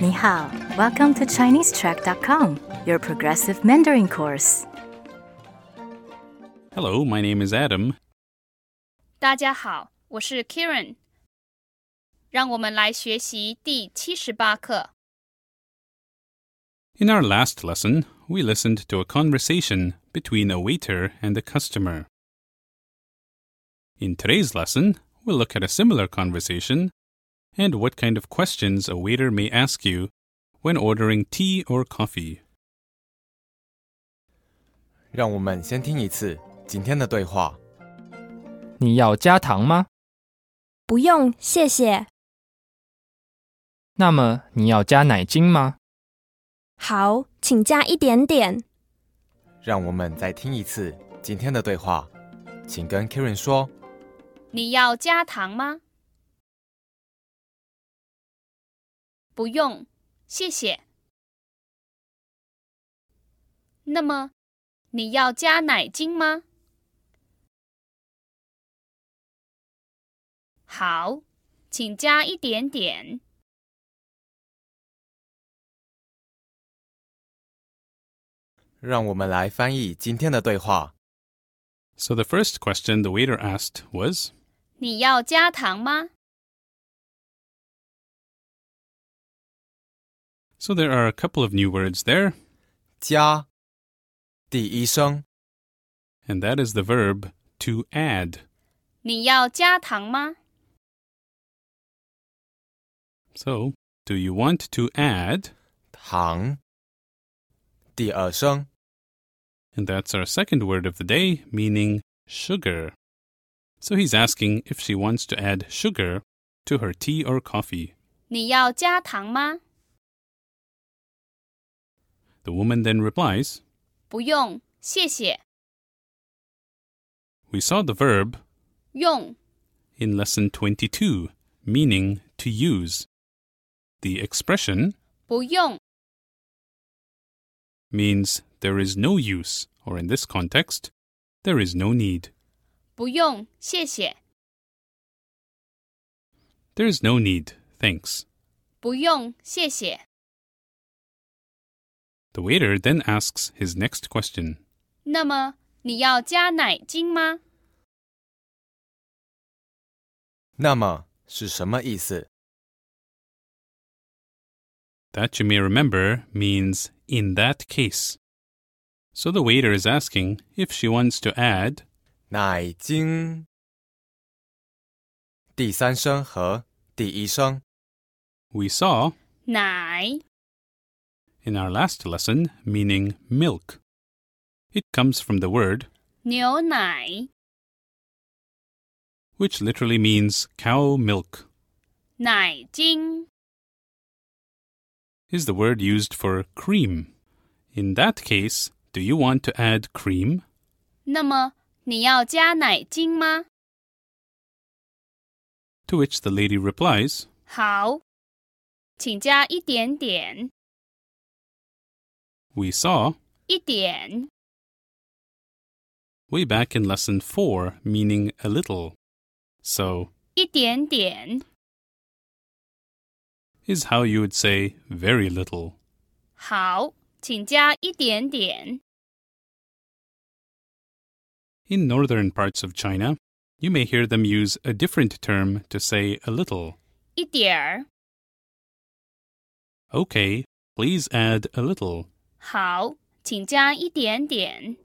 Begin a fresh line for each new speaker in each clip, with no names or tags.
你好，Welcome to ChineseTrack.com, your progressive Mandarin course.
Hello, my name is Adam.
大家好，我是 Karen。让我们来学习第七十八课。
In our last lesson, we listened to a conversation between a waiter and a customer. In today's lesson, we'll look at a similar conversation and what kind of questions a waiter may ask you when ordering tea or coffee.
让我们先听一次今天的对话。
你要加糖吗？
不用，谢谢。
那么你要加奶精吗？
好，请加一点点。
让我们再听一次今天的对话，请跟 Karen 说。
你要加糖吗？不用，谢谢。那么，你要加奶精吗？好，请加一点点。
让我们来翻译今天的对话。
So the first question the waiter asked was,
你要加糖吗？
so there are a couple of new words there,
加，第一声，
and that is the verb to add.
你要加糖吗？
So, do you want to add?
糖。第二声，
And that's our second word of the day, meaning sugar. So he's asking if she wants to add sugar to her tea or coffee.
你要加糖吗？
The woman then replies,
不用，谢谢。
We saw the verb
用
in lesson 22, meaning to use. The expression
不用？
means there is no use, or in this context, there is no need.
不用，谢谢。
There is no need, thanks.
不用，谢谢。
The waiter then asks his next question.
那么你要加奶精吗？
那么是什么意思？
That you may remember means in that case. So the waiter is asking if she wants to add,
奶精。第三声和第一声，
we saw
奶
in our last lesson, meaning milk. It comes from the word,
牛奶，
which literally means cow milk,
奶精。
is the word used for cream. In that case, do you want to add cream?
那么你要加奶精吗？
To which the lady replies,
好，请加一点点，
we saw
一点。
way back in lesson 4, meaning a little. So,
一点点，
is how you would say very little.
好，请加一点点。
In northern parts of China, you may hear them use a different term to say a little.
一点儿，
Okay, please add a little.
好，请加一点点。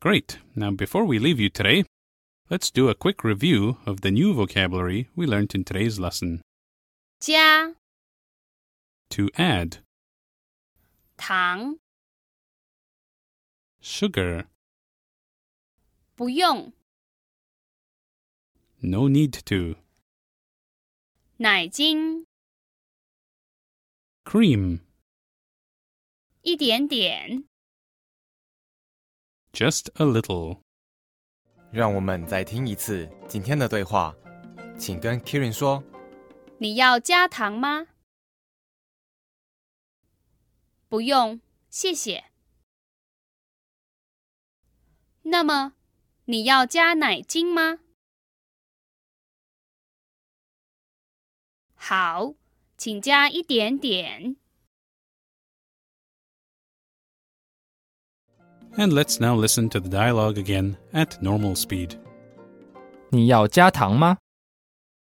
Great. Now, before we leave you today, let's do a quick review of the new vocabulary we learned in today's lesson.
加
To add,
糖，
sugar,
不用
no need to,
奶精，
cream,
一点点。
just a little.
让我们再听一次今天的对话，请跟 Karen 说。
你要加糖吗？不用，谢谢。那么，你要加奶精吗？好，请加一点点。
And let's now listen to the dialogue again at normal speed.
你要加糖吗？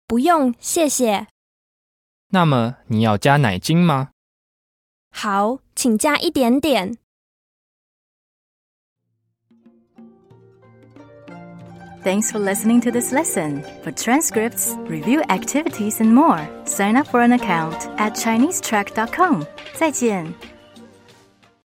不用，谢谢。
那么你要加奶精吗？
好，请加一点点。
Thanks for listening to this lesson. For transcripts, review activities, and more, sign up for an account at ChineseTrack.com. 再见。